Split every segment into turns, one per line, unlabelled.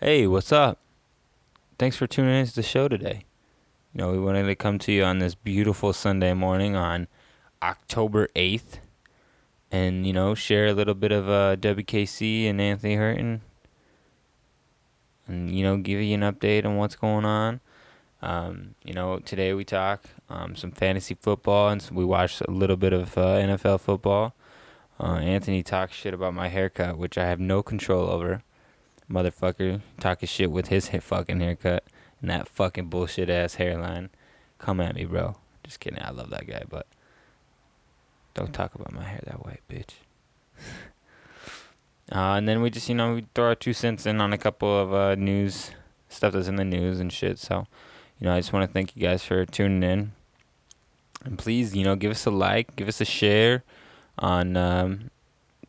Hey, what's up? Thanks for tuning in to the show today. You know, we wanted to come to you on this beautiful Sunday morning on October 8th and, you know, share a little bit of uh, WKC and Anthony Hurton and, you know, give you an update on what's going on. Um, you know, today we talk um, some fantasy football and some, we watched a little bit of uh, NFL football. Uh, Anthony talks shit about my haircut, which I have no control over motherfucker talking shit with his ha- fucking haircut and that fucking bullshit ass hairline. Come at me, bro. Just kidding. I love that guy, but don't talk about my hair that way, bitch. uh, and then we just, you know, we throw our two cents in on a couple of uh, news stuff that's in the news and shit. So, you know, I just want to thank you guys for tuning in. And please, you know, give us a like, give us a share on um,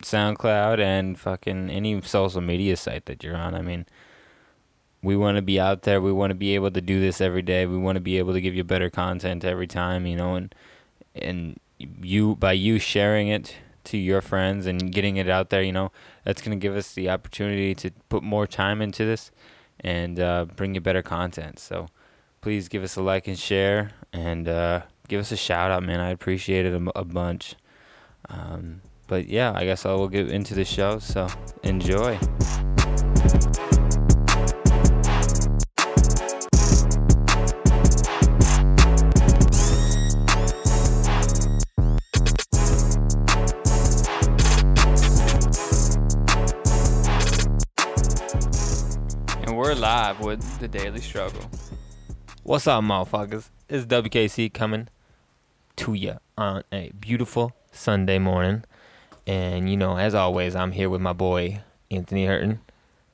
SoundCloud and fucking any social media site that you're on. I mean, we want to be out there. We want to be able to do this every day. We want to be able to give you better content every time, you know, and and you by you sharing it to your friends and getting it out there, you know, that's going to give us the opportunity to put more time into this and uh, bring you better content. So please give us a like and share and uh, give us a shout out, man. I appreciate it a, m- a bunch. Um, but yeah, I guess I will get into the show. So enjoy.
And we're live with the Daily Struggle.
What's up, motherfuckers? It's WKC coming to you on a beautiful Sunday morning. And you know, as always, I'm here with my boy Anthony Hurton.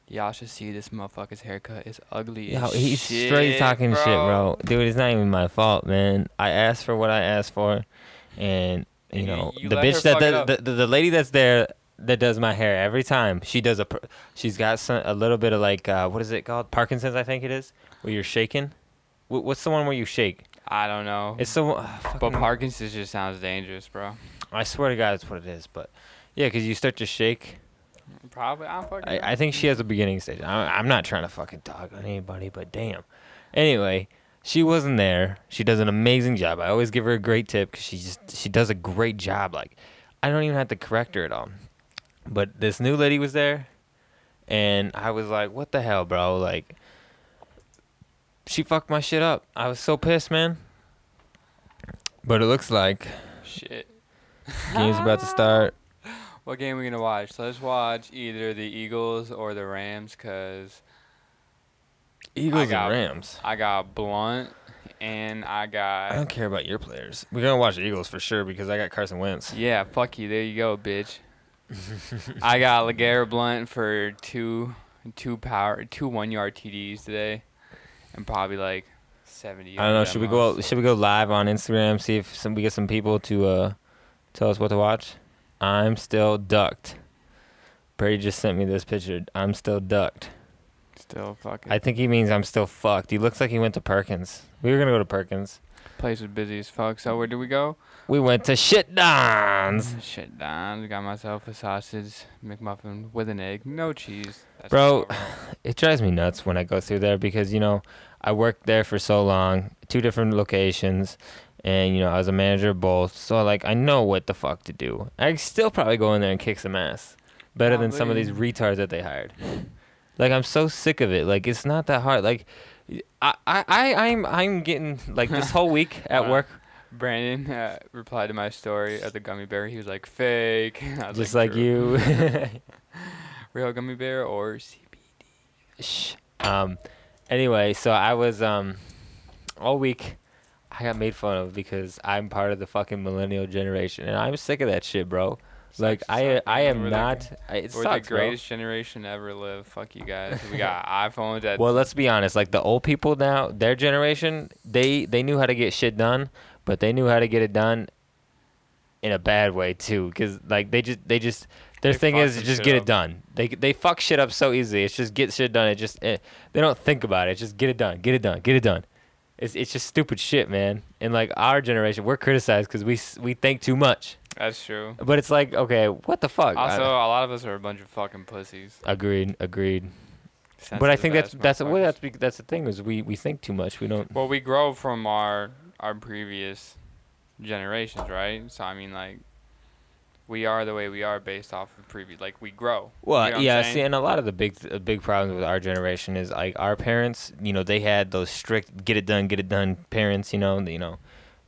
Y'all should see this motherfucker's haircut. It's ugly.
Yo,
as
he's
shit,
straight talking
bro.
shit, bro. Dude, it's not even my fault, man. I asked for what I asked for, and you
And you-
know
you
the
let her
bitch that
fuck it
the,
up.
the, the lady that's there that does my hair every time. She does a pr- she's got some, a little bit of like uh, what is it called Parkinson's, I think it is, where you're shaking. Wh- What's the one where you shake?
I don't know.
It's the one. ah,
but
fucking-
Parkinson's just sounds dangerous, bro.
I swear to God, that's what it is. But yeah, because you start to shake.
Probably. I don't fucking. know.
I, I think she has a beginning stage. I, I'm not trying to fucking dog on anybody, but damn. Anyway, she wasn't there. She does an amazing job. I always give her a great tip because she just she does a great job. Like, I don't even have to correct her at all. But this new lady was there, and I was like, "What the hell, bro?" Like, she fucked my shit up. I was so pissed, man. But it looks like
Shit.
game's about to start.
What game we gonna watch? Let's watch either the Eagles or the Rams, cause
Eagles
got-
and Rams.
I got Blunt and I
I
got.
don't care about your players. We're gonna watch the Eagles for sure because I got Carson Wentz.
Yeah, fuck you. There you go, bitch. I got Legarrette Blunt for two, two power, two one-yard TDs today, and probably like seventy.
I don't know.
yards
Should we
at
go?
most.
Should we go live on Instagram? See if some, we get some people to uh, tell us what to watch. I'm still ducked. Brady just sent me this picture. I'm still ducked.
Still fucking.
I think he means I'm still fucked. He looks like he went to Perkins. We were gonna go to Perkins.
place was busy as fuck. So where do we go? Uh,
We went to Shit Don's,
Shit, down. Got myself a sausage McMuffin with an egg, no cheese. That's
bro.
horrible.
It drives me nuts when I go through there because you know I worked there for so long, two different locations, and you know I was a manager of both. So like I know what the fuck to do. I still probably go in there and kick some ass, better than some of
Probably.
these retards that they hired. Like I'm so sick of it. Like it's not that hard. Like I I I- I'm I'm getting like this whole week at
Wow.
work
Brandon uh, replied to my story of the gummy bear. He was like, "Fake." I was
just like you.
"True." Real gummy bear or CB?
Shh. Um. Anyway, so I was um, all week, I got made fun of because I'm part of the fucking millennial generation, and I'm sick of that shit, bro. Like
Sucks to
I,
suck,
I
man.
am
We're the-
not. I, it
We're
sucks,
the greatest generation to ever live. Fuck you guys. We got iPhones at
bro. Well, let's be honest. Like the old people now, their generation, they they knew how to get shit done, but they knew how to get it done in a bad way too. Cause like they just they just their
They
thing
fuck
is
some
just
shit
get it
up.
done. They they fuck shit up so easily. It's just get shit done. It just eh, they don't think about it. It's just get it done. Get it done. Get it done. It's it's just stupid shit, man. And like our generation, we're criticized because we s- we think too much.
That's true.
But it's like okay, what the fuck? I-
Also, a lot of us are a bunch of fucking pussies.
agreed, agreed.
Sounds
but I
like the
think that's
best
that's well,
motherfuckers.
that's bec- that's the thing is we we think too much. We don't.
Well, we grow from our our previous generations, right? So I mean, like, we are the way we are based off of previous. Like, we grow.
Well,
you know what I'm
yeah.
saying?
See, and a lot of the big uh, big problems with our generation is like our parents. You know, they had those strict get it done, get it done parents. You know, and, you know,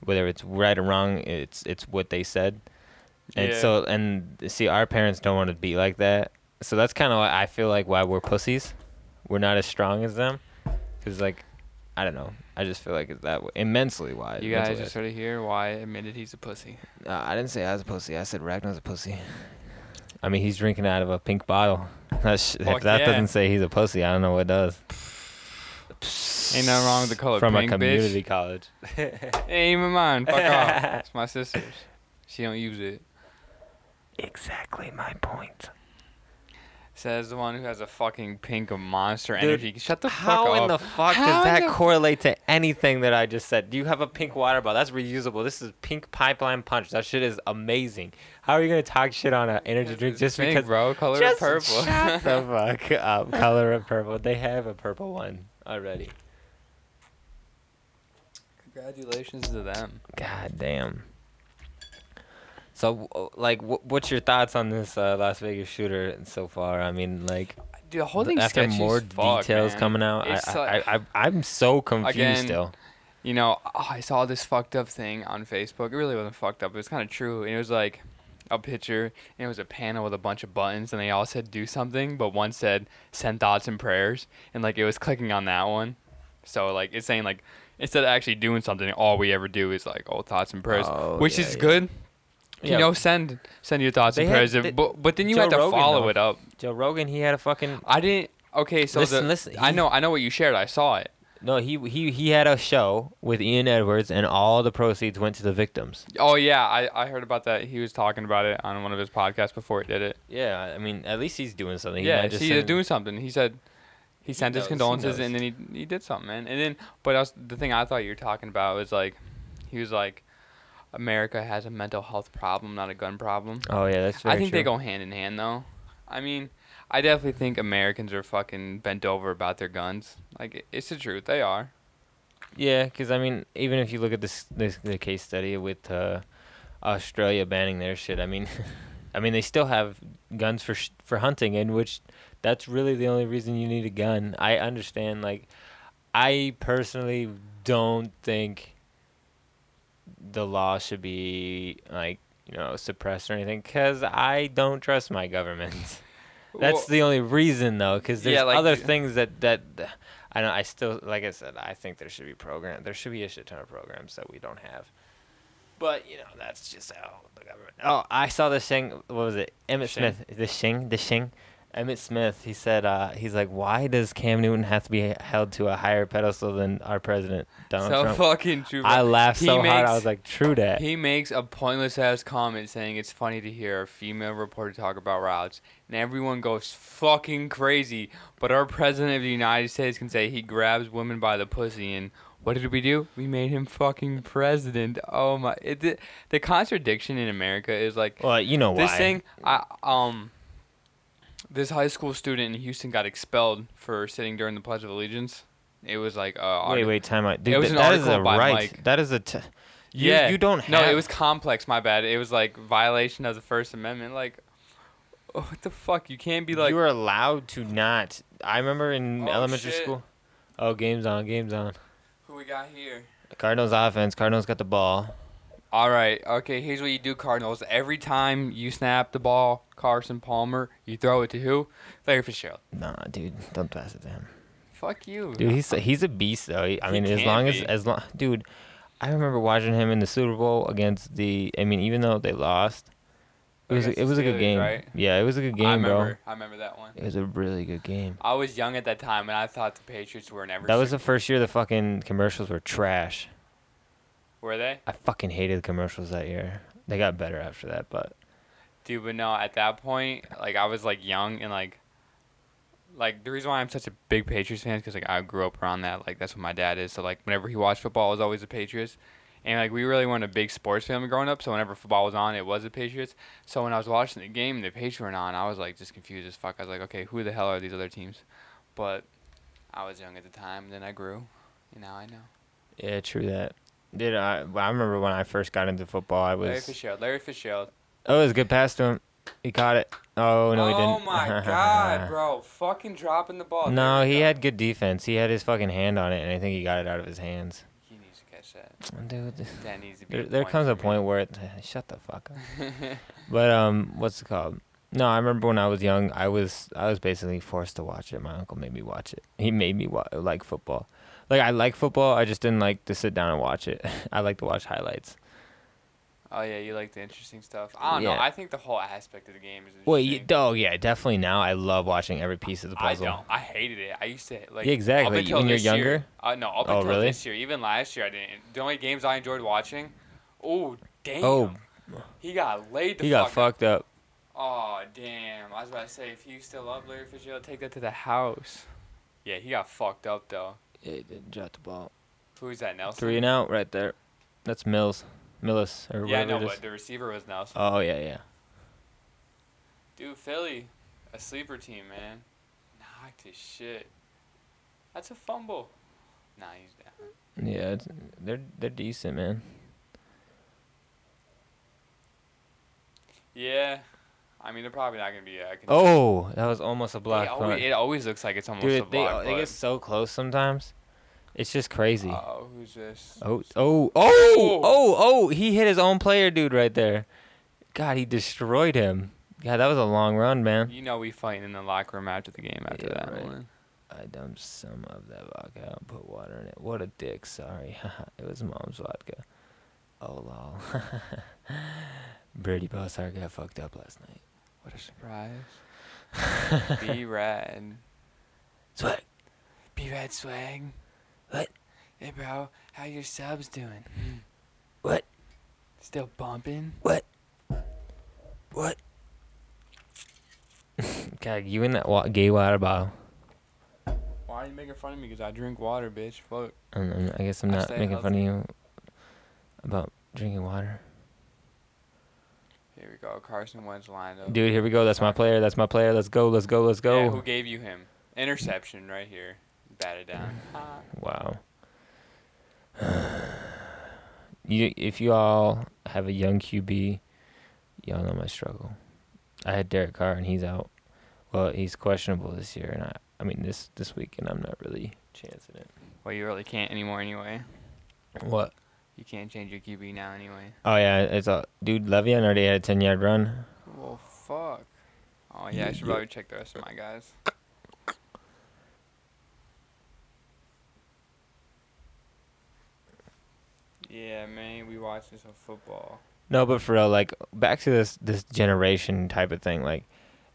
whether it's right or wrong, it's it's what they said. And
Yeah.
so and see, our parents don't want to be like that. So that's kind of why I feel like why we're pussies. We're not as strong as them, because like, I don't know. I just feel like it's that w- immensely why.
you guys just sort of hear why I admitted he's a pussy.
No, Uh, I didn't say I was a pussy. I said Ragnar's a pussy. I mean, he's drinking out of a pink bottle. That's, if
Fuck
that
yeah.
doesn't say he's a pussy, I don't know what does.
Ain't nothing wrong with the color
From
pink,
a
bitch.
community college.
Ain't even mine. Fuck off. It's my sister's. She don't use it.
Exactly my point.
Says the one who has a fucking pink monster
Dude,
energy. Shut the
How
fuck
in
up.
the fuck
How
does
in
that
the-
correlate to anything that I just said? Do you have a pink water bottle? That's reusable. This is pink pipeline punch. That shit is amazing. How are you gonna talk shit on an energy drink
It's
just
pink,
because?
bro, color
just
of purple.
Shut the fuck up. Color of purple. They have a purple one already.
Congratulations to them.
God damn. So, w- uh, like, wh- what's your thoughts on this uh, Las Vegas shooter so far? I mean, like,
Dude, the whole
th-
thing's
after
sketchy
more
as fuck,
details
man.
coming out, I,
It's like-
I, I, I, am so confused
Again,
still.
you know, oh, I saw this fucked up thing on Facebook. It really wasn't fucked up. It was kind of true. And it was like a picture, and it was a panel with a bunch of buttons, and they all said do something, but one said send thoughts and prayers, and like it was clicking on that one. So like it's saying like instead of actually doing something, all we ever do is like oh thoughts and prayers,
Oh,
which
yeah,
is
yeah.
good.
Yeah.
You know, send send your thoughts
They
and
had-
prayers,
they-
but but then you
Joe
have to
Rogan,
follow
though.
it up.
Joe Rogan, he had a fucking
I didn't. Okay, so
Listen,
the,
listen,
I
he-
know I know what you shared. I saw it.
no, he he he had a show with Ian Edwards, and all the proceeds went to the victims.
Oh yeah, I, I heard about that. He was talking about it on one of his podcasts before he did it.
Yeah, I mean, at least he's doing something.
yeah, see, he's doing something. He said he sent
knows,
his
he
condolences
knows.
and then he he did something, man. And then, but else, the thing I thought you were talking about was like, he was like, America has a mental health problem, not a gun problem.
Oh yeah, that's very
I think
true.
they go hand in hand though. I mean, I definitely think Americans are fucking bent over about their guns. Like it- it's the truth, they are.
Yeah, because I mean, even if you look at this, this the case study with uh, Australia banning their shit, I mean, I mean they still have guns for sh- for hunting, and which that's really the only reason you need a gun. I understand, like, I personally don't think the law should be like you know suppressed or anything, because I don't trust my government. That's
Well,
the only reason though, because there's
Yeah, like-
other things that that I know. I still, like I said, I think there should be program. There should be a shit ton of programs that we don't have. But you know, that's just how the government. Oh, I saw this thing. What was it? Emmett
Shing.
Smith. The Shing. The Shing. Emmett Smith. He said. Uh, he's like, why does Cam Newton have to be held to a higher pedestal than our president Donald
so
Trump?
fucking true.
I
bro.
laughed
He
so hard. I
makes-
was like, true that.
He makes a pointless ass comment saying it's funny to hear a female reporter talk about routes, and everyone goes fucking crazy. But our president of the United States can say he grabs women by the pussy, and what did we do? We made him fucking president. Oh my! It, the, the contradiction in America is like
well, you know Oh, why.
this thing. I um. This high school student in Houston got expelled for sitting during the Pledge of Allegiance. It was like uh,
Wait, wait, time out. Dude, th-
was an
that is a
article by
right.
Mike.
That is a. T- you, you don't have.
No, it was complex. My bad. It was like violation of the First Amendment. Like, oh, what the fuck? You can't be like.
you were allowed to not. I remember in
Oh,
elementary
shit.
school. Oh, game's on, game's on.
who we got here?
Cardinals offense. Cardinals got the ball.
All right. Okay. Here's what you do, Cardinals. Every time you snap the ball, Carson Palmer, you throw it to who? Larry Fitzgerald.
Nah, dude, don't pass it to him.
Fuck you.
Dude, he's a, he's a beast though. He- I
He
mean, as
can
long as
be.
as long, dude. I remember watching him in the Super Bowl against the. I mean, even though they lost, it was a,
Against the
it was a
Steelers,
good game.
right?
Yeah, it was a good
I
game,
remember.
bro.
I remember that one.
It was a really good game.
I was young at that time, and I thought the Patriots were never.
That was
su-
the first year the fucking commercials were trash.
were they?
I fucking hated the commercials that year. They got better after that, but
Dude, but no, at that point, like I was like young and like, like the reason why I'm such a big Patriots fan is because like I grew up around that. Like that's what my dad is. So like whenever he watched football, it was always the Patriots. And like we really weren't a big sports family growing up, so whenever football was on, it was the Patriots. So when I was watching the game, and the Patriots were on. I was like just confused as fuck. I was like, okay, who the hell are these other teams? But I was young at the time. Then I grew, and now I know.
Yeah, true that. Dude, I I remember when I first got into football, I
Larry
was
Fitzgerald. Larry Fitzgerald.
oh, it was a good pass to him. He caught it. Oh no, he didn't.
Oh my god, bro! Fucking dropping the ball.
No,
There we
he
go.
had good defense. He had his fucking hand on it, and I think he got it out of his hands.
He needs to catch that.
Dude,
That needs to be.
there,
a
there
point
comes a
for me.
point where it shut the fuck up. But um, what's it called? No, I remember when I was young, I was I was basically forced to watch it. My uncle made me watch it. He made me wa- like football. Like I like football, I just didn't like to sit down and watch it. I like to watch highlights.
oh yeah, you like the interesting stuff. I don't know.
Yeah.
I think the whole aspect of the game is.
Well, you,
interesting.
oh yeah, definitely now I love watching every piece of the puzzle.
I don't. I hated it. I used to like.
Yeah, exactly.
Up until
When you're
this year-
younger?
uh, no, up
Oh,
until
really?
this year, even last year, I didn't. The only games I enjoyed watching. Oh damn.
Oh.
He got laid. The
He got
fuck
fucked up.
Oh damn! I was about to say if you still love Larry Fitzgerald, take that to the house. Yeah, he got fucked up though.
Yeah, he didn't drop the ball.
Who's that Nelson?
Three and out right there. That's Mills, Millis or
Yeah,
whatever
no,
it is.
but the receiver was Nelson.
Oh yeah, yeah.
Dude, Philly, a sleeper team, man. Knocked his shit. That's a fumble. Nah, he's down.
Yeah, it's, they're they're decent, man.
Yeah, I mean they're probably not gonna be. Uh, con-
Oh, that was almost a
They
block.
alwa-
punt.
it always looks like it's almost
Dude,
a
they
block.
they get so close sometimes. It's just crazy.
Oh, who's this?
oh, oh, oh, oh, oh! He hit his own player, dude, right there. God, he destroyed him. God, that was a long run, man.
You know we fighting in the locker room after the game after
Yeah,
that
right.
one.
I dumped some of that vodka out and put water in it. What a dick. Sorry, it was mom's vodka. Oh lol. Brady Bosar got fucked up last night.
What a surprise. Be rad.
Swag.
Be rad swag.
What?
Hey bro, how your subs doing?
What?
Still bumping?
What? What? God, you and that wa- gay water bottle.
Why are you making fun of me? Cause I drink water, bitch. Fuck.
I'm, I'm- I guess I'm
I
not
stay
making fun of you about drinking water.
Here we go. Carson Wentz lined up.
Dude, here we go. That's my player. That's my player. Let's go. Let's go. Let's
Oh. Yeah, who
go.
gave you him? Interception right here. Batted down.
Wow. you, if you all have a young QB, y'all know my struggle. I had Derek Carr and he's out. Well, he's questionable this year, and I, I mean this this weekend I'm not really chancing it.
Well, you really can't anymore anyway.
What?
You can't change your QB now anyway.
Oh yeah, it's a dude. Le'Veon already had a ten yard run.
Well, fuck. Oh yeah, I should probably check the rest of my guys. Yeah, man, we watching some football.
No, but for real, like back to this this generation type of thing. Like,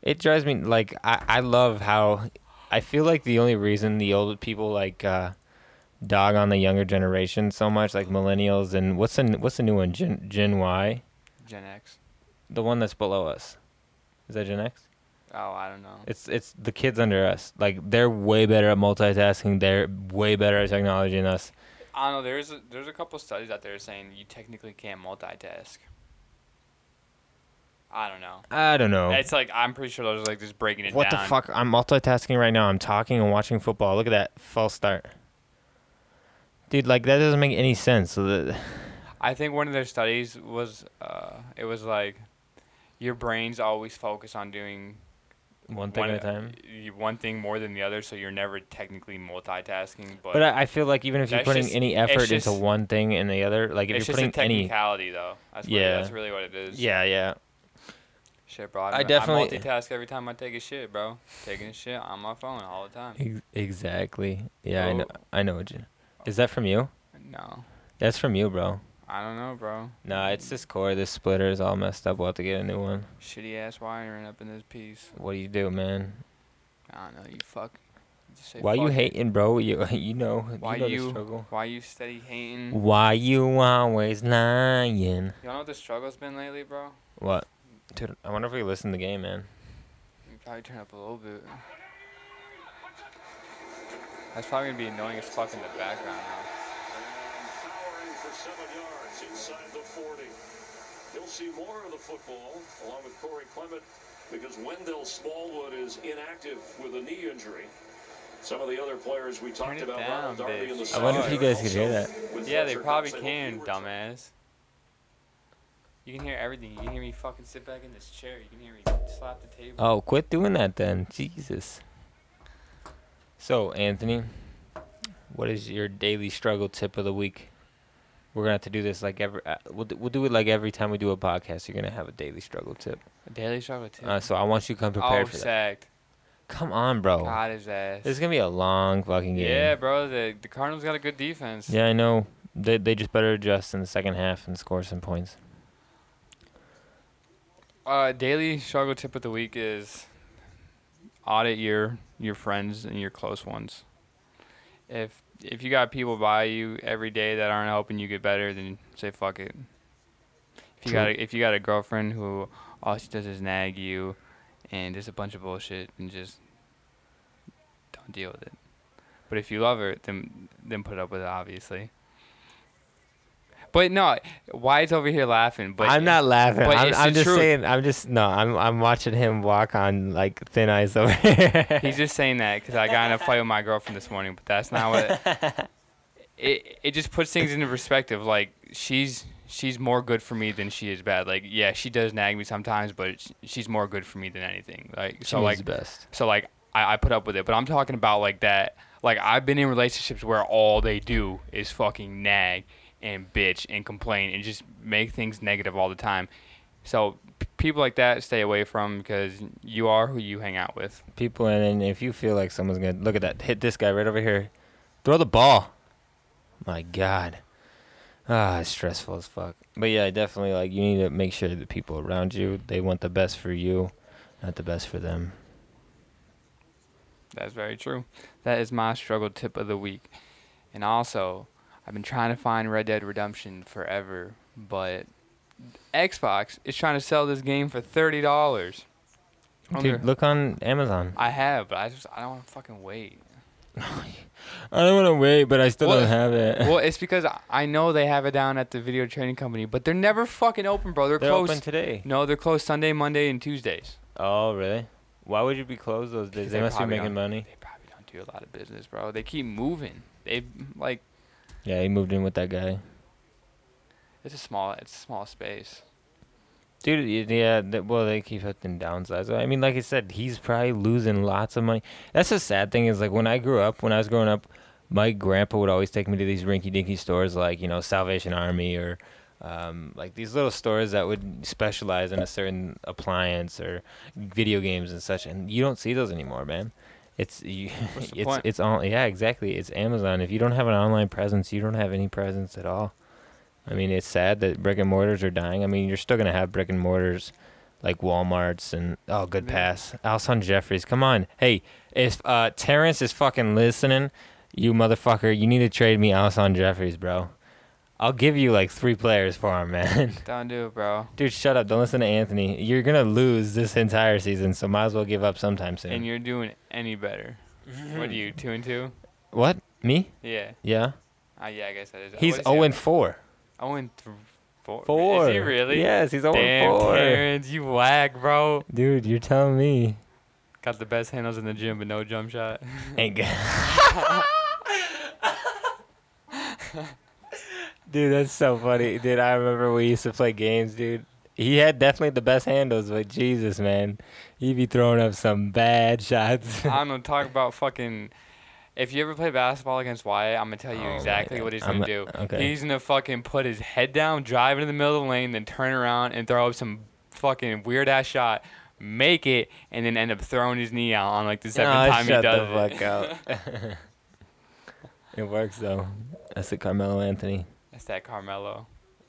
it drives me like I I love how I feel like the only reason the old people like uh, dog on the younger generation so much, like millennials and what's the n- what's the new one Gen Gen Y,
Gen X.
the one that's below us. Is that Gen X?
Oh, I don't know.
It's it's the kids under us. Like they're way better at multitasking. They're way better at technology than us.
I don't know. There's a, there's a couple studies out there saying you technically can't multitask. I don't know.
I don't know.
It's like I'm pretty sure they're just like just breaking it
Oh. What
down.
the fuck? I'm multitasking right now. I'm talking and watching football. Look at that false start. Dude, like that doesn't make any sense. So the,
I think one of their studies was uh, it was like your brain's always focused on doing
one thing at a time.
y- one thing more than the other, so you're never technically multitasking. But,
But uh, I, I feel like even if you're
That's
putting
just-
any
it's
effort
just-
into one thing and the other, like if
it's
you're
just a
putting any,
technicality, though. That's really,
Yeah.
that's really what it is.
yeah, yeah.
Shit, bro. I'm,
I
I
definitely-
multitask every time I take a shit, bro. Taking a shit on my phone all the time.
Ex- E-, exactly. Yeah, I
Oh.
know. I know what you. Is that from you?
No,
That's from you, bro.
I don't know, bro.
Nah, it's this core. This splitter is all messed up. We'll have to get a new one.
Shitty ass wiring up in this piece.
What do you do, man?
I don't know. You fuck. Just say
Why you
fuck it.
hating, bro? You you know.
Why
you? Know
you-
The struggle.
Why you steady hating? You
Why you always lying?
don't know what the struggle's been lately, bro.
What? Dude, I wonder if we listen to the game, man.
You probably turn up a little bit. That's probably gonna be annoying as fuck in the background now.
Powering for seven yards inside the 40. You'll see more of the football along with Corey Clement because Wendell Smallwood is inactive with a knee injury. Some of the other players we talked
it
about,
down,
Ronald Darby
bitch.
in the
I wonder if
second
you guys
year
could hear
also
that.
with
Yeah, they
Fletcher
probably
Cox.
can,
They were
dumbass. You can hear everything. You can hear me fucking sit back in this chair. You can hear me slap the table.
Oh, quit doing that then. Jesus. So, Anthony, what is your daily struggle tip of the week? We're going to have to do this like every uh, we'll, do- we'll do it like every time we do a podcast. You're going to have a daily struggle tip.
A daily struggle too.
Uh, so I want you to come
oh,
prepared for that.
sacked.
Come on, bro.
God, his ass.
This is going to be a long fucking game.
yeah, bro. The the Cardinals got a good defense.
Yeah, I know. They they just better adjust in the second half and score some points.
Uh, daily struggle tip of the week is audit your your friends and your close ones. If if you got people by you every day that aren't helping you get better, then say fuck it. If you
True.
got a, if you got a girlfriend who all she does is nag you, and just a bunch of bullshit, and just don't deal with it. But if you love her, then then put up with it, obviously. But no, why is over here laughing? But
I'm not laughing.
but
I'm,
it's
I'm
the
just
truth.
saying. I'm just no. I'm I'm watching him walk on like thin ice over here.
He's just saying that because I got in a fight with my girlfriend this morning, but that's not what. It it just puts things into perspective. Like she's she's more good for me than she is bad. Like yeah, she does nag me sometimes, but sh- she's more good for me than anything. Like so like
best.
so like I, I put up with it, but I'm talking about like that. Like I've been in relationships where all they do is fucking nag and bitch and complain and just make things negative all the time. So p- people like that stay away from because you are who you hang out with.
People, and then if you feel like someone's gonna look at that, hit this guy right over here, throw the ball. My God, ah, it's stressful as fuck. But yeah, definitely like you need to make sure the people around you they want the best for you, not the best for them.
That's very true. That is my struggle tip of the week. And also, I've been trying to find Red Dead Redemption forever, but Xbox is trying to sell this game for thirty dollars.
Dude, look on Amazon.
I have, but I just I don't want to fucking wait.
I don't want to wait, but I still
Well-
don't have it.
well, it's because I- I know they have it down at the video trading company, but they're never fucking open, bro. They're,
They're
closed.
open today.
no, they're closed Sunday, Monday, and Tuesdays.
Oh, really? Why would you be closed those days?
Because
They
they
must be
probably
making
don't-
money.
They probably don't do a lot of business, bro. They keep moving. They like
Yeah, he moved in with that guy.
it's a small it's a small space.
Dude, y- yeah, th- well, they keep having downsize. I mean, like I said, he's probably losing lots of money. That's the sad thing is, like, when I grew up, when I was growing up, my grandpa would always take me to these rinky dinky stores, like, you know, Salvation Army or um, like these little stores that would specialize in a certain appliance or video games and such. And you don't see those anymore, man. It's you,
What's the
it's
point?
it's all yeah exactly. It's Amazon. If you don't have an online presence, you don't have any presence at all. I mean, it's sad that brick and mortars are dying. I mean, you're still gonna have brick and mortars like Walmart's and oh, good
Yeah.
pass, Alson Jeffries. Come on, hey, if uh, Terrence is fucking listening, you motherfucker, you need to trade me Alson Jeffries, bro. I'll give you like three players for him, man.
Don't do it, bro.
Dude, shut up. Don't listen to Anthony. You're gonna lose this entire season, so might as well give up sometime soon.
And you're doing any better. What are you two and two?
what? Me?
Yeah.
Yeah.
Uh, yeah, I guess that is.
He's zero and four.
zero and th- four.
Four.
Is he really?
Yes, he's zero
Damn,
and four.
Terrence, you whack, bro.
Dude, you're telling me.
Got the best handles in the gym, but no jump shot.
Ain't g- dude, that's so funny. Dude, I remember we used to play games, dude. He had definitely the best handles, but Jesus, man, he'd be throwing up some bad shots.
I'm gonna talk about fucking. If you ever play basketball against Wyatt, I'm gonna tell you
Oh my
exactly
God.
what he's
I'm
gonna
a-
do.
okay.
He's gonna fucking put his head down, drive into the middle of the lane, then turn around and throw up some fucking weird ass shot, make it, and then end up throwing his knee out on like the second
Nah,
time he
shut
does
the
it.
fuck out. it works though. That's the Carmelo Anthony.
That's that Carmelo.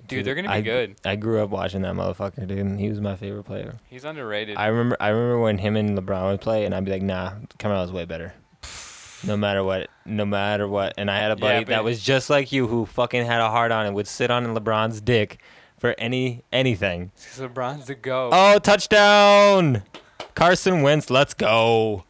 Dude, they're gonna be
I-
good.
I grew up watching that motherfucker, dude. and He was my favorite player.
He's underrated.
I remember I remember when him and LeBron would play, and I'd be like, "Nah, Carmelo's way better." No matter what, no matter what, and I had a
Yeah,
buddy
but-
that was just like you, who fucking had a hard on and would sit on LeBron's dick for any anything.
It's 'cause LeBron's the go.
Oh, touchdown! Carson Wentz, let's go!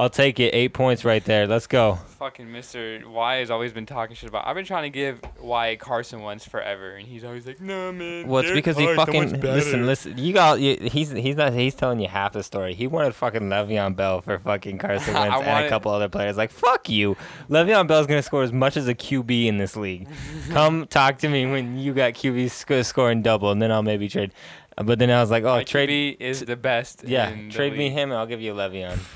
I'll take it. Eight points right there. Let's go.
Fucking Mr. Y has always been talking shit about. I've been trying to give Y Carson once forever, and he's always like, "No, man."
Well, it's
Derek
because he
Carr's so
fucking
much better."
listen, listen. You got you, he's he's not he's telling you half the story. He wanted fucking Le'Veon Bell for fucking Carson
I
Wentz and a
wanted-
couple other players. Like fuck you, Le'Veon Bell's gonna score as much as a QB in this league. Come talk to me when you got QB sc- scoring double, and then I'll maybe trade. Uh, But then I was like, oh,
My
trade,
QB is the best.
yeah,
in the
trade me
league.
him, and I'll give you Le'Veon.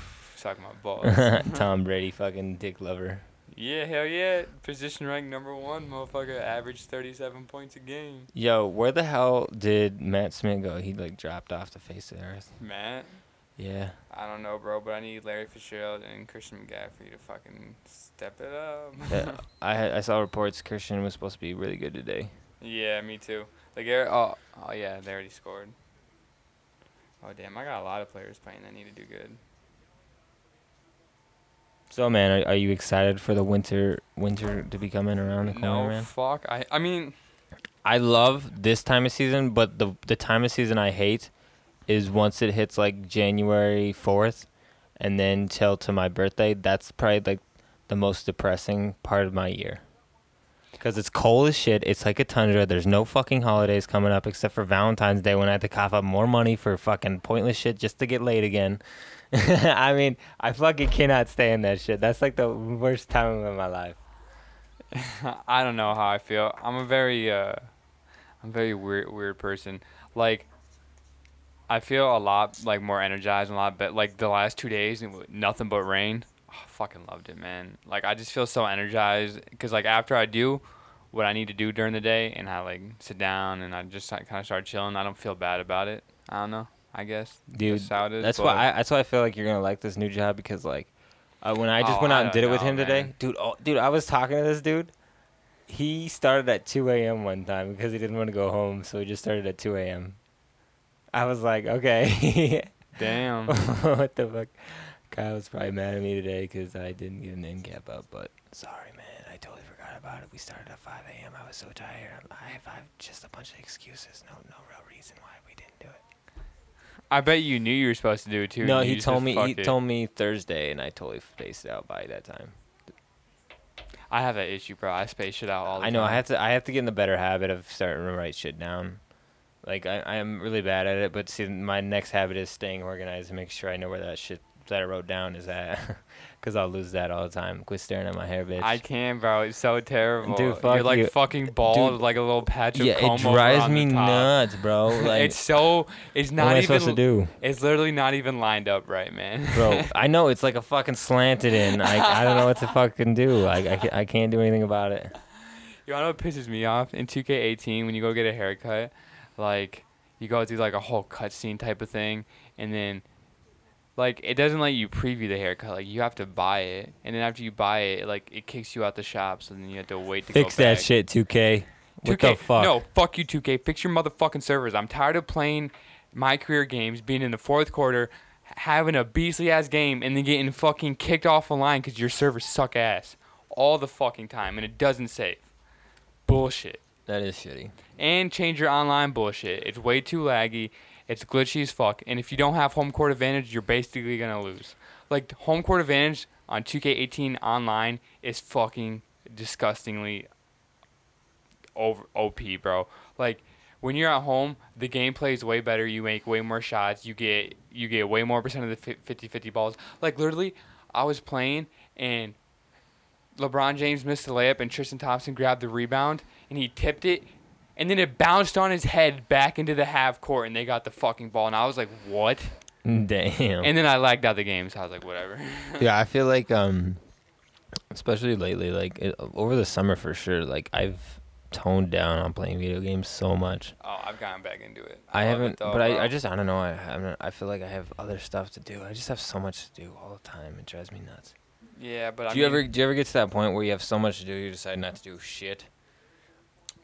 Suck my balls.
Tom Brady, fucking dick lover.
yeah, hell yeah. Position rank number one, motherfucker. Average thirty-seven points a game.
Yo, where the hell did Matt Smith go? He like dropped off the face of the earth.
Matt,
Yeah.
I don't know, bro, but I need Larry Fitzgerald and Christian McCaffrey to fucking step it up.
Yeah, I had- Uh, I saw reports Christian was supposed to be really good today.
Yeah, me too. Like, er- oh, oh yeah, they already scored. Oh damn, I got a lot of players playing that need to do good.
So man, are, are you excited for the winter winter to be coming around the corner,
No
man?
fuck, I I mean,
I love this time of season, but the the time of season I hate is once it hits like January fourth, and then till to my birthday. That's probably like the most depressing part of my year. Cause it's cold as shit. It's like a tundra. There's no fucking holidays coming up except for Valentine's Day when I had to cough up more money for fucking pointless shit just to get laid again. I mean, I fucking cannot stay in that shit. That's like the worst time of my life.
I don't know how I feel. I'm a very uh, I'm a very weird weird person. Like, I feel a lot like more energized and a lot better. Like the last two days, it was nothing but rain. Oh, I fucking loved it, man. Like I just feel so energized because like after I do what I need to do during the day and I like sit down and I just like, kind of start chilling, I don't feel bad about it. I don't know. I guess
Dude,
that's how it is.
That's
but,
why I, that's why I feel like you're gonna like this new job because like uh, when I just
Oh,
went out
I
and did it
don't
with
know,
him today,
man.
dude, oh, dude, I was talking to this dude. He started at 2 a.m. one time because he didn't want to go home, so he just started at 2 a.m. I was like, okay,
damn.
what the fuck? Kyle was probably mad at me today because I didn't get an end cap up, but sorry, man, I totally forgot about it. We started at 5 a.m. I was so tired. I have, I have just a bunch of excuses. No, no real reason why we didn't do it.
I bet you knew you were supposed to do it too.
No,
and you
he
just
told
said,
me
"Fuck
he
it."
told me Thursday, and I totally spaced it out by that time.
I have that issue, bro. I space shit out all the
I know
time.
I have to I have to get in the better habit of starting to write shit down. Like I I am really bad at it, but see, my next habit is staying organized and make sure I know where that shit that I wrote down is at, because I'll lose that all the time. Quit staring at my hair, bitch.
I can, bro. It's so terrible.
fuck
You're like
you.
fucking bald,
Dude,
with, like a little patch of
yeah,
comb
it
over
drives
on
me
the top.
nuts, bro. Like,
it's so. It's
what am
not
I
even.
supposed to do,
It's literally not even lined up right, man.
bro? I know it's like a fucking slanted in. I I don't know what to fucking do. Like I can't, I can't do anything about it.
you know what pisses me off in 2K18 when you go get a haircut, like you go through like a whole cutscene type of thing, and then. Like it doesn't let you preview the haircut. Like you have to buy it, and then after you buy it, like it kicks you out the shop. So then you have to wait to
Fix
go
that
back.
shit, 2K. What
2K,
the fuck?
No, fuck you, 2K. Fix your motherfucking servers. I'm tired of playing my career games, being in the fourth quarter, h- having a beastly ass game, and then getting fucking kicked off the line because your servers suck ass all the fucking time, and it doesn't save. Bullshit.
That is shitty.
And change your online bullshit. It's way too laggy. It's glitchy as fuck. And if you don't have home court advantage, you're basically gonna lose. Like home court advantage on 2K18 online is fucking disgustingly over OP, bro. Like when you're at home, the gameplay is way better. You make way more shots. You get you get way more percent of the 50-50 balls. Like literally, I was playing and LeBron James missed the layup and Tristan Thompson grabbed the rebound and he tipped it and then it bounced on his head back into the half court and they got the fucking ball and I was like, "What?"
Damn.
And then I lagged out the game, so I was like, "Whatever."
yeah, I feel like um, especially lately, like it, over the summer for sure. Like I've toned down on playing video games so much.
oh, I've gotten back into it.
I,
love it,
haven't,
though,
but
bro.
I, I just I don't know. I I, don't- I feel like I have other stuff to do. I just have so much to do all the time. It drives me nuts.
yeah, but
Do
I
you
mean,
ever do you ever get to that point where you have so much to do you decide not to do shit?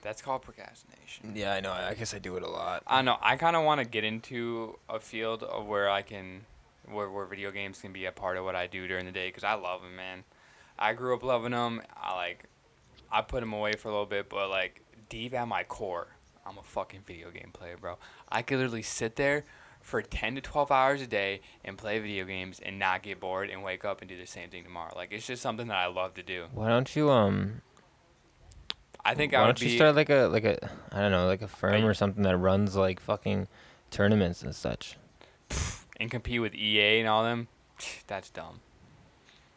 that's called procrastination.
Yeah, I know. I guess I do it a lot.
I don't know. I kind of want to get into a field of where I can, where, where video games can be a part of what I do during the day because I love them, man. I grew up loving them. I like, I put them away for a little bit, but like deep at my core, I'm a fucking video game player, bro. I could literally sit there for 10 to 12 hours a day and play video games and not get bored and wake up and do the same thing tomorrow. Like it's just something that I love to do.
Why don't you um?
I think
why
I would
don't
be
you start like a like a I don't know like a firm
I-
or something that runs like fucking tournaments and such.
and compete with EA and all them. That's dumb.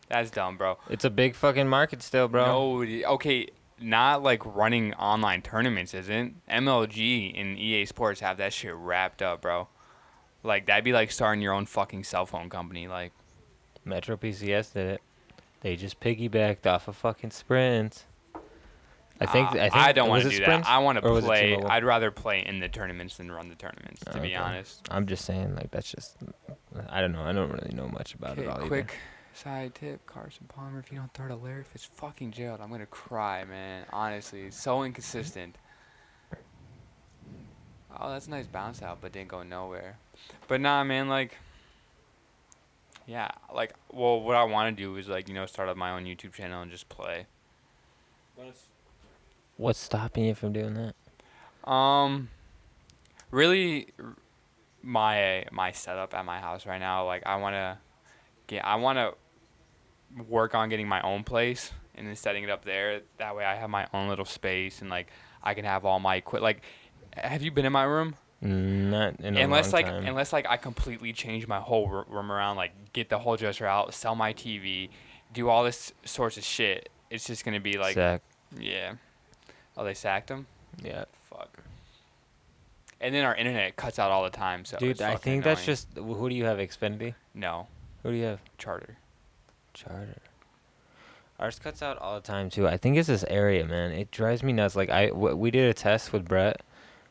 That's dumb, bro.
It's a big fucking market still, bro.
Nobody, okay, not like running online tournaments isn't. MLG and EA Sports have that shit wrapped up, bro. Like that'd be like starting your own fucking cell phone company. Like
Metro PCS did it. They just piggybacked off of fucking Sprint. I think.
uh,
I, think,
don't
was
want to
it
do
Sprint?
that. I want to
Or was it
play.
T-Mobile?
I'd rather play in the tournaments than run the tournaments. To
Okay.
be honest.
I'm just saying, like that's just. I don't know. I don't really know much about
Okay,
it all
quick side tip: Carson Palmer. If you don't throw to Larry Fitz, fucking jailed. I'm gonna cry, man. Honestly, it's so inconsistent. Oh, that's a nice bounce out, but didn't go nowhere. But nah, man, like, yeah, like, well, what I want to do is like, you know, start up my own YouTube channel and just play.
What's stopping you from doing that?
Um, really, r- my my setup at my house right now, like I wanna get, I wanna work on getting my own place and then setting it up there. That way, I have my own little space and like I can have all my equip. Like, have you been in my room?
Not in a
unless
long
like
time.
unless like I completely change my whole r- room around, like get the whole dresser out, sell my TV, do all this sorts of shit. It's just gonna be like,
Sack.
yeah. Oh, they sacked him.
Yeah.
Fuck. And then our internet cuts out all the time. So
Dude,
it's
I
fucking
think that's
annoying.
just. Who do you have? Xfinity.
no
Who do you have?
charter.
Charter. Ours cuts out all the time too. I think it's this area, man. It drives me nuts. Like I, w- we did a test with Brett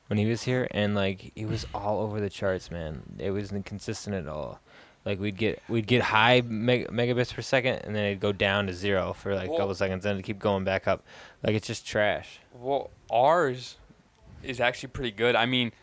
when he was here, and like it was all over the charts, man. It wasn't consistent at all. Like we'd get we'd get high meg- megabits per second, and then it'd go down to zero for like a
Well-
couple seconds, then it'd keep going back up. Like it's just trash.
Well, ours is actually pretty good. I mean,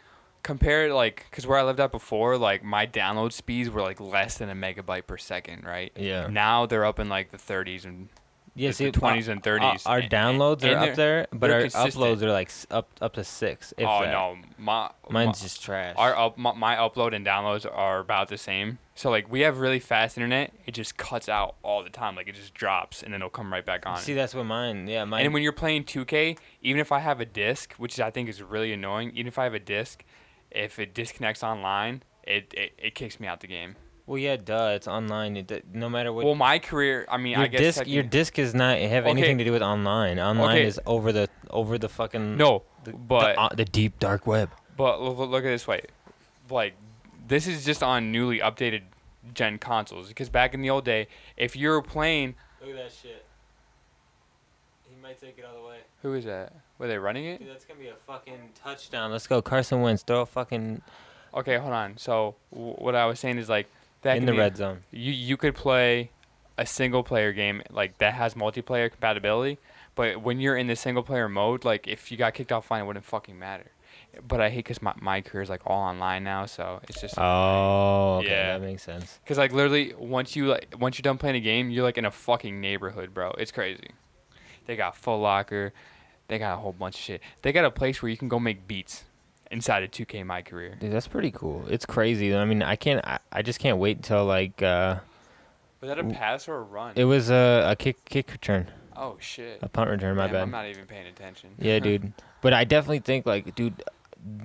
compare it like because where I lived at before, like my download speeds were like less than a megabyte per second, right?
Yeah.
Now they're up in like the 30s and
Yeah,
It's the
see,
20s and
our-
30s,
Our,
a- a-
downloads
and
are
they're-
up there, but
they're
our
consistent.
uploads are like s- up up to six. If
oh
that.
no, my
mine's
my-
just trash.
Our uh, up, my, my upload and downloads are about the same. So like we have really fast internet. It just cuts out all the time. Like it just drops and then it'll come right back on.
see, that's what mine. Yeah, mine.
And when you're playing 2K, even if I have a disc, which I think is really annoying, even if I have a disc, if it disconnects online, it, it, it kicks me out the game.
Well, yeah, duh. It's online. It, d- no matter what.
Well, my career, I mean,
your
I guess
disc, your
techni-
disc is not have
Okay.
anything to do with online. Online
Okay.
is over the over the fucking
no,
the,
but
the, uh, the deep dark web.
but lo- lo- look at it this way, like this is just on newly updated gen consoles because back in the old day, if you were playing,
Look at that shit. He might take it all the way.
who is that? Were they running it?
that's gonna be a fucking touchdown. Let's go, Carson Wentz. Throw a fucking
Okay, hold on. So w- what I was saying is like back
in the
red.
red zone.
you you could play a single player game like that has multiplayer compatibility, but when you're in the single player mode, like if you got kicked offline, it wouldn't fucking matter. But I hate because my, my career is like all online now, so it's just
Oh, okay,
Yeah.
that makes sense.
because like literally once you like once you're done playing a game, you're like in a fucking neighborhood, bro. It's crazy. They got Foot Locker, they got a whole bunch of shit. They got a place where you can go make beats inside of 2K My Career.
Dude, that's pretty cool. It's crazy. I mean, I can't. I, I just can't wait till like uh,
Was that a pass or a run?
it was a, a kick kick return,
oh shit!
a punt return. My
Damn,
bad.
I'm not even paying attention.
Yeah, dude. But I definitely think like, dude,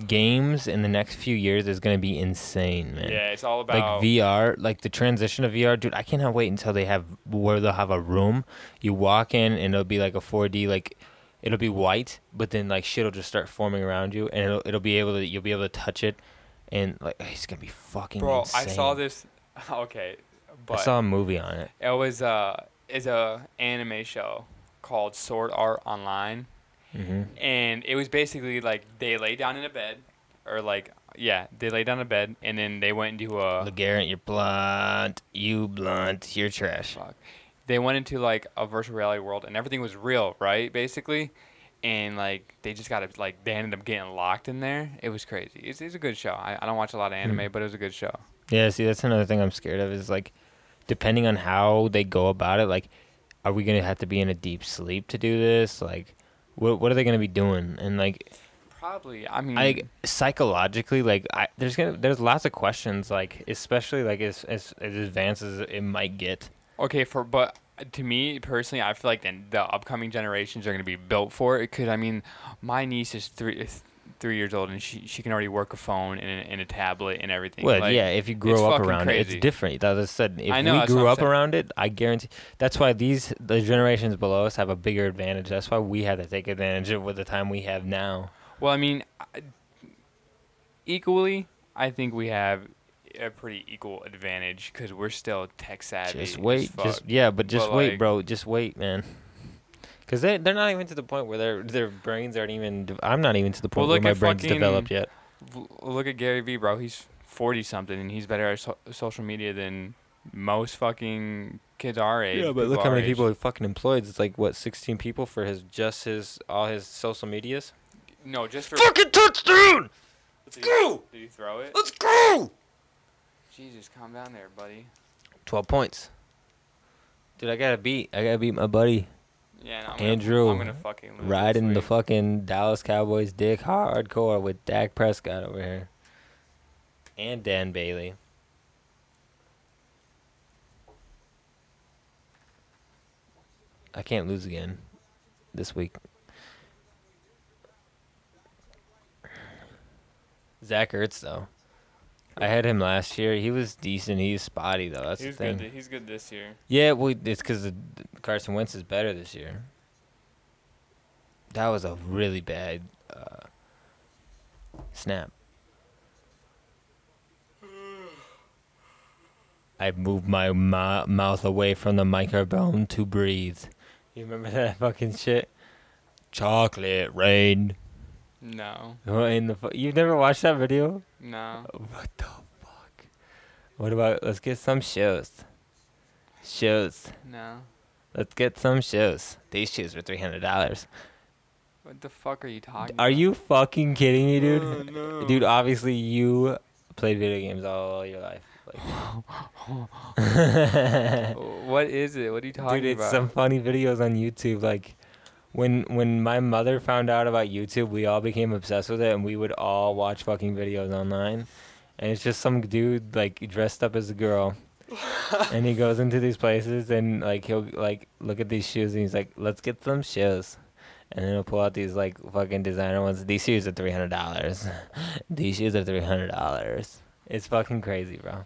games in the next few years is gonna be insane, man.
Yeah, it's all about
Like VR, like the transition of VR, dude. I cannot wait until they have where they'll have a room. You walk in and it'll be like a 4D, like it'll be white, but then like shit'll just start forming around you, and it'll it'll be able to you'll be able to touch it, and like it's gonna be fucking.
Bro, I
insane.
saw this. Okay,
I
but
saw a movie on it.
it was uh is a anime show called Sword Art Online,
hmm
and it was basically like they lay down in a bed, or like yeah, they lay down in a bed, and then they went into a
LeGarrette, you're blunt. You blunt. You're trash.
fuck, they went into like a virtual reality world, and everything was real, right? Basically. And like they just got like they ended up getting locked in there. It was crazy. It's, it's a good show. I, I don't watch a lot of
Hmm.
anime, but it was a good show.
Yeah, see, that's another thing I'm scared of is like, depending on how they go about it, like, are we gonna have to be in a deep sleep to do this? Like, what what are they gonna be doing? And like,
Probably. I mean,
like psychologically like I, there's gonna there's lots of questions like especially like as as, as advanced as it might get
okay, for but to me personally, I feel like the, the upcoming generations are going to be built for it. Because I mean, my niece is three is three years old, and she she can already work a phone and a, and a tablet and everything.
well
Like,
yeah if you
it's
grow up
fucking
around it
crazy.
it's different as i said if
I know,
we
that's
grew
what I'm
up
saying.
around it i guarantee that's why these the generations below us have a bigger advantage that's why we have to take advantage of what the time we have now
Well, I mean, I- equally, I think we have a pretty equal advantage because we're still tech savvy.
just
as
wait
fuck.
just yeah but just
But,
wait
like-
bro just wait man because they, they're not even to the point where their their brains aren't even de- i'm not even to the
Well,
point
look
where my
at
brain's
fucking-
developed yet
L- Look at Gary Vee, bro. He's forty something, and he's better at so- social media than most fucking kids our age.
Yeah, but look how
our
many
age.
people he fucking employed. It's like what, sixteen people for his just his all his social medias.
No, just for.
Fucking touchdown!
Did you,
go!
did you throw it?
Let's go!
Jesus, calm down there, buddy.
Twelve points. Dude, I gotta beat. I gotta beat my buddy
Yeah, no, I'm
Andrew,
Gonna, I'm gonna fucking lose this
riding the
week.
fucking Dallas Cowboys dick hardcore with Dak Prescott over here and Dan Bailey. I can't lose again this week. Zach Ertz though, I had him last year. He was decent. He was spotty though. That's
He's
the thing.
good. thi- He's good this year.
Yeah, well, it's because Carson Wentz is better this year. That was a really bad uh, snap. I moved my ma- mouth away from the microphone to breathe. You remember that fucking shit? Chocolate rain.
No,
What In the fu- You've never watched that video?
no.
What the fuck? What about let's get some shows? Shows.
No.
Let's get some shoes. These shoes were three hundred dollars.
What the fuck are you talking
Are
about?
you fucking kidding me, dude?
Oh, no.
Dude, obviously you played video games all your life. Like,
What is it? What are you talking
dude, it's
about?
some funny videos on YouTube. Like when when my mother found out about YouTube, we all became obsessed with it, and we would all watch fucking videos online. And it's just some dude like dressed up as a girl. and he goes into these places and like he'll like look at these shoes and he's like, "Let's get some shoes." And then he'll pull out these like fucking designer ones. These shoes are three hundred dollars. these shoes are three hundred dollars. It's fucking crazy, bro.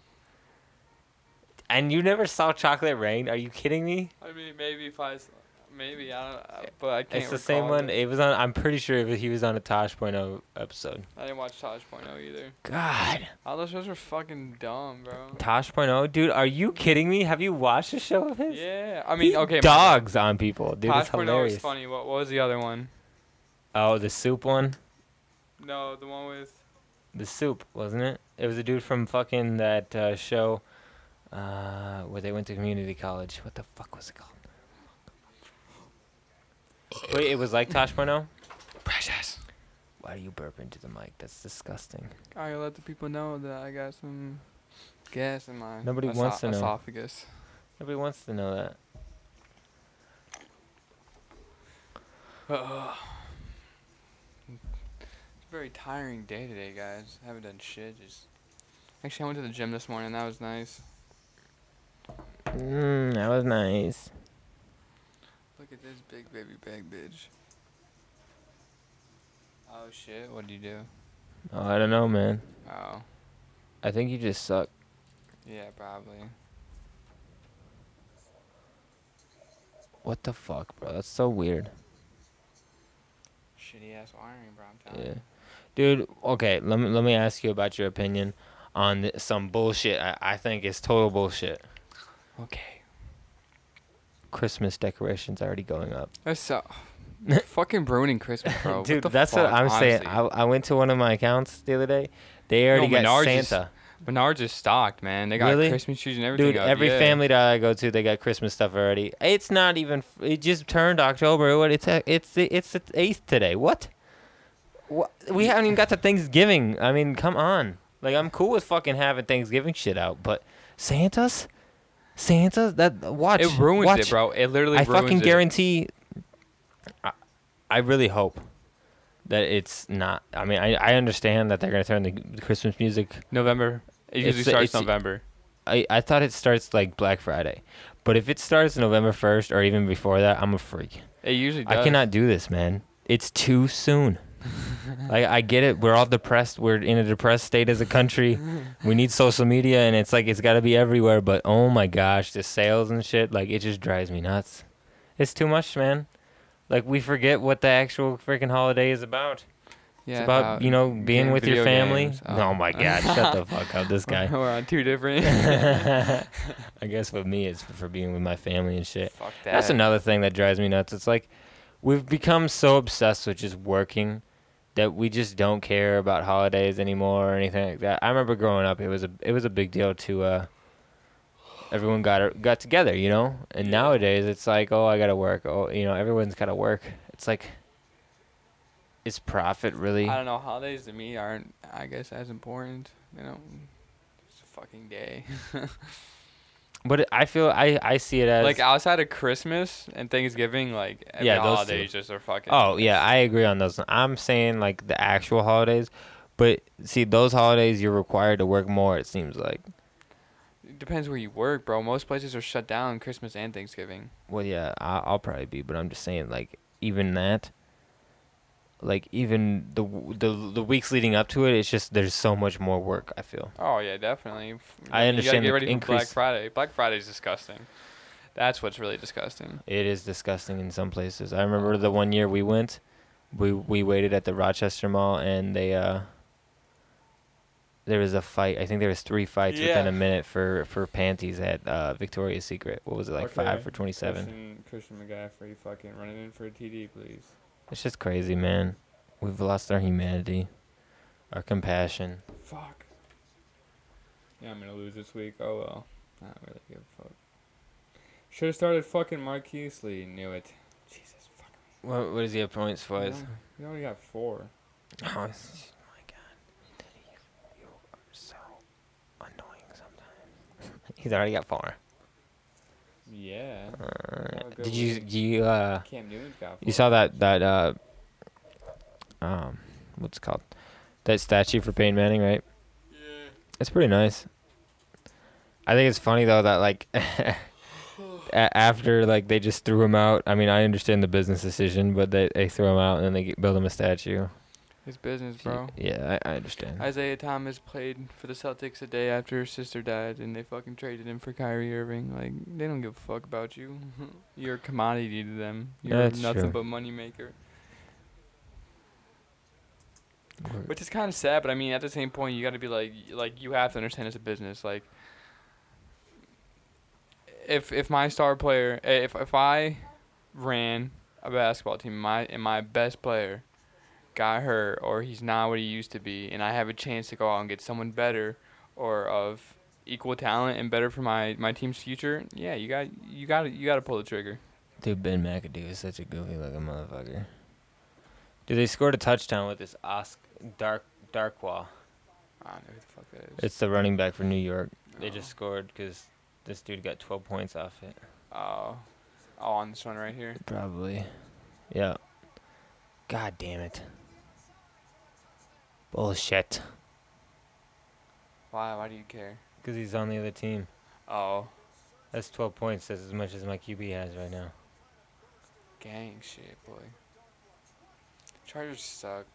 And you never saw Chocolate Rain? Are you kidding me?
I mean, maybe if I, s- maybe I don't, uh, but I can't.
it's the same
recall
one.
it.
It was on. I'm pretty sure it was- he was on a Tosh.0 episode.
I didn't watch Tosh Point oh either.
God,
All those shows were fucking dumb, bro.
Tosh.0, dude, are you kidding me? Have you watched a show of his?
Yeah, I mean,
He
okay. my-
dogs on people, dude.
Tosh
it's
Point
hilarious.
was funny. What, what was the other one?
Oh, the soup one.
No, the one with.
the soup, wasn't it? It was a dude from fucking that uh, show uh, where they went to community college. What the fuck was it called? Wait, it was like Tosh Tosh.0?
Precious.
Why do you burp into the mic? That's disgusting.
I let the people know that I got some gas in my
Nobody wants to know.
esophagus.
Nobody wants to know that.
Ugh. Very tiring day today, guys. Haven't done shit. Just actually, I went to the gym this morning. That was nice.
Mm, that was nice.
Look at this big baby bag, bitch. Oh shit! What did you do?
Oh, I don't know, man.
Oh,
I think you just suck.
yeah, probably.
What the fuck, bro? That's so weird.
Shitty ass wiring, bro. I'm telling
Yeah.
you.
Dude, okay, let me let me ask you about your opinion on th- some bullshit. I, I think is total bullshit.
Okay.
Christmas decorations already going up.
That's so. fucking ruining Christmas, bro.
Dude,
what the
that's what
fuck,
I'm saying.
honestly?
I, I went to one of my accounts the other day. They already
No,
got
Menards is
Santa.
Menards is stocked, man. They got
Really?
Christmas trees and everything.
Dude,
up,
every
yeah.
family that I go to, they got Christmas stuff already. It's not even. f- It just turned October. What? It's a, it's the, it's the eighth today. What? What? We haven't even got to Thanksgiving. I mean, come on. Like I'm cool with fucking having Thanksgiving shit out, but Santa's, Santa's that watch.
It ruins it,
watch.
bro. It literally
I
ruins
fucking
it.
guarantee. I, I really hope that it's not. I mean, I, I understand that they're gonna turn the Christmas music.
November. It usually
It's-
starts
it's-
November.
I I thought it starts like Black Friday, but if it starts November first or even before that, I'm a freak.
It usually does.
I cannot do this, man. It's too soon. like I get it. We're all depressed. We're in a depressed state as a country. We need social media, and it's like it's got to be everywhere. But oh my gosh, the sales and shit, like it just drives me nuts. It's too much, man. Like we forget what the actual freaking holiday is about.
Yeah,
it's about, you know being
playing
with your
video
family.
games.
Oh. my god, shut the fuck up, this guy.
We're on two different.
I guess with me, it's for being with my family and shit.
Fuck that.
That's another thing that drives me nuts. It's like we've become so obsessed with just working that we just don't care about holidays anymore or anything like that. I remember growing up, it was a it was a big deal to uh, everyone got got together, you know. And nowadays, it's like, oh, I gotta work. Oh, you know, everyone's gotta work. It's like, is profit really?
I don't know. Holidays to me aren't, I guess, as important. You know, it's a fucking day.
But it- I feel I I see it as
like outside of Christmas and Thanksgiving, like every
Yeah, those
holiday
two.
just are fucking.
Oh yeah, I agree on those. I'm saying like the actual holidays, but see those holidays you're required to work more. It seems like.
It depends where you work, bro. Most places are shut down Christmas and Thanksgiving.
Well, yeah, I, I'll probably be, but I'm just saying like even that. Like even the w- the the weeks leading up to it, it's just there's so much more work. I feel.
Oh yeah, definitely. F-
I understand the
You gotta get ready for Black
increase-
Friday. Black Friday's disgusting. That's what's really disgusting.
It is disgusting in some places. I remember the one year we went, we we waited at the Rochester Mall and they uh there was a fight. I think there was three fights within
Yeah.
a minute for for panties at uh Victoria's Secret. What was it like 5
Okay.
for 27?
Christian, Christian McGaffrey, fucking running in for a TD, please.
It's just crazy, man. We've lost our humanity, our compassion.
Fuck. Yeah, I'm gonna lose this week. Oh well. I don't really give a fuck. Should have started fucking Marquise Lee. Knew it. Jesus fuck.
What what does he have points for? us?
You only got four.
Oh, it's- my god. You are so annoying sometimes. He's already got four.
Yeah.
Uh,
good
did you
week.
did you uh
Cam Newton's got
You saw that that uh, um, what's it called that statue for Peyton Manning, right? It's pretty nice. I think it's funny though that like a- after like they just threw him out. I mean, I understand the business decision, but they they threw him out and then they g- build him a statue.
His business, bro.
Yeah, I, I understand.
Isaiah Thomas played for the Celtics a day after his sister died, and they fucking traded him for Kyrie Irving. Like, they don't give a fuck about you. You're a commodity to them. You're
That's
nothing
true.
but moneymaker.
We're-
Which is kind of sad, but I mean, at the same point, you got to be like, like you have to understand it's a business. Like, if if my star player, eh, if if I ran a basketball team, my and my best player got hurt, or he's not what he used to be, and I have a chance to go out and get someone better, or of equal talent and better for my my team's future, yeah, you got you got to you got to pull the trigger.
Dude, Ben McAdoo is such a goofy looking motherfucker. Dude, they scored a touchdown with this Osc Dark Darkwa.
I don't know who the fuck that is.
It's the running back for New York. They
Oh.
just scored because this dude got 12 points off it.
oh, oh, on this one right here.
Probably. Yeah. God damn it. Bullshit.
Why? Why do you care?
Because he's on the other team.
Oh,
That's 12 points. That's as much as my QB has right now.
gang shit, boy. Chargers suck.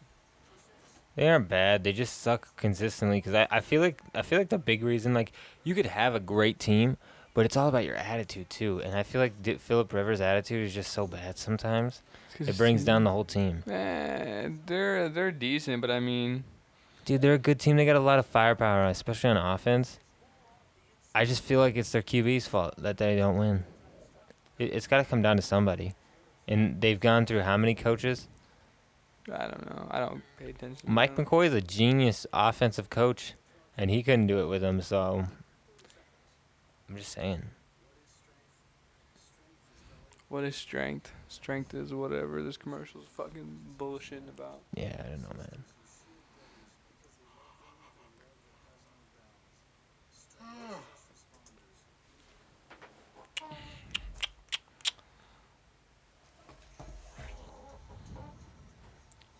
They aren't bad. They just suck consistently. Cause I, I feel like I feel like the big reason like you could have a great team, but it's all about your attitude too. And I feel like D- Philip Rivers' attitude is just so bad sometimes. It brings down the whole team.
Eh, they're they're decent, but I mean,
Dude, they're a good team. They got a lot of firepower, especially on offense. I just feel like it's their QB's fault that they don't win. It, it's got to come down to somebody. And they've gone through how many coaches?
I don't know. I don't pay attention. to
Mike
them.
McCoy is a genius offensive coach, and he couldn't do it with them, so I'm just saying.
What is strength? Strength is whatever this commercial's fucking bullshitting about.
Yeah, I don't know, man.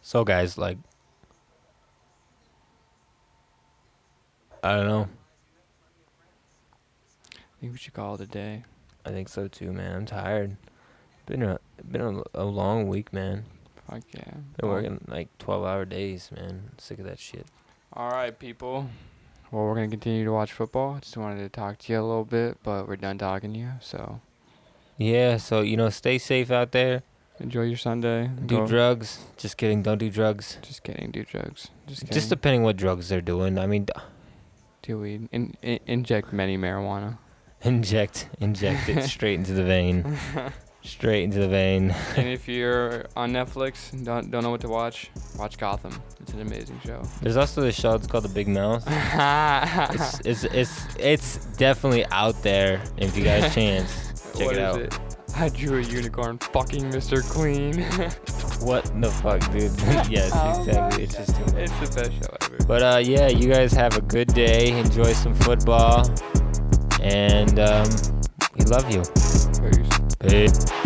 So guys, like, I don't know.
I think we should call it a day.
I think so too, man. I'm tired. Been a been a, a long week, man.
Fuck yeah.
Been working like 12 hour days, man. Sick of that shit.
All right, people. Well, we're gonna continue to watch football. Just wanted to talk to you a little bit, but we're done talking to you. So
Yeah, so you know, stay safe out there.
enjoy your Sunday.
Do
Go-
drugs. Just kidding. Don't do drugs.
Just kidding. Do drugs. Just kidding.
Just depending what drugs they're doing. I mean, d-
do weed. In, in, inject many marijuana.
inject, inject it straight into the vein, straight into the vein.
and if you're on Netflix and don't don't know what to watch, watch Gotham. It's an amazing show.
There's also this show. It's called The Big Mouth. It's it's it's, it's definitely out there. If you got a chance, check
What
it
is
out.
it? I drew a unicorn fucking Mr. Clean.
What the fuck, dude? yes,
Oh
exactly. It's just too much.
it's the best show ever.
But uh, yeah, you guys have a good day. Enjoy some football, and um, we love you.
Peace.
Peace.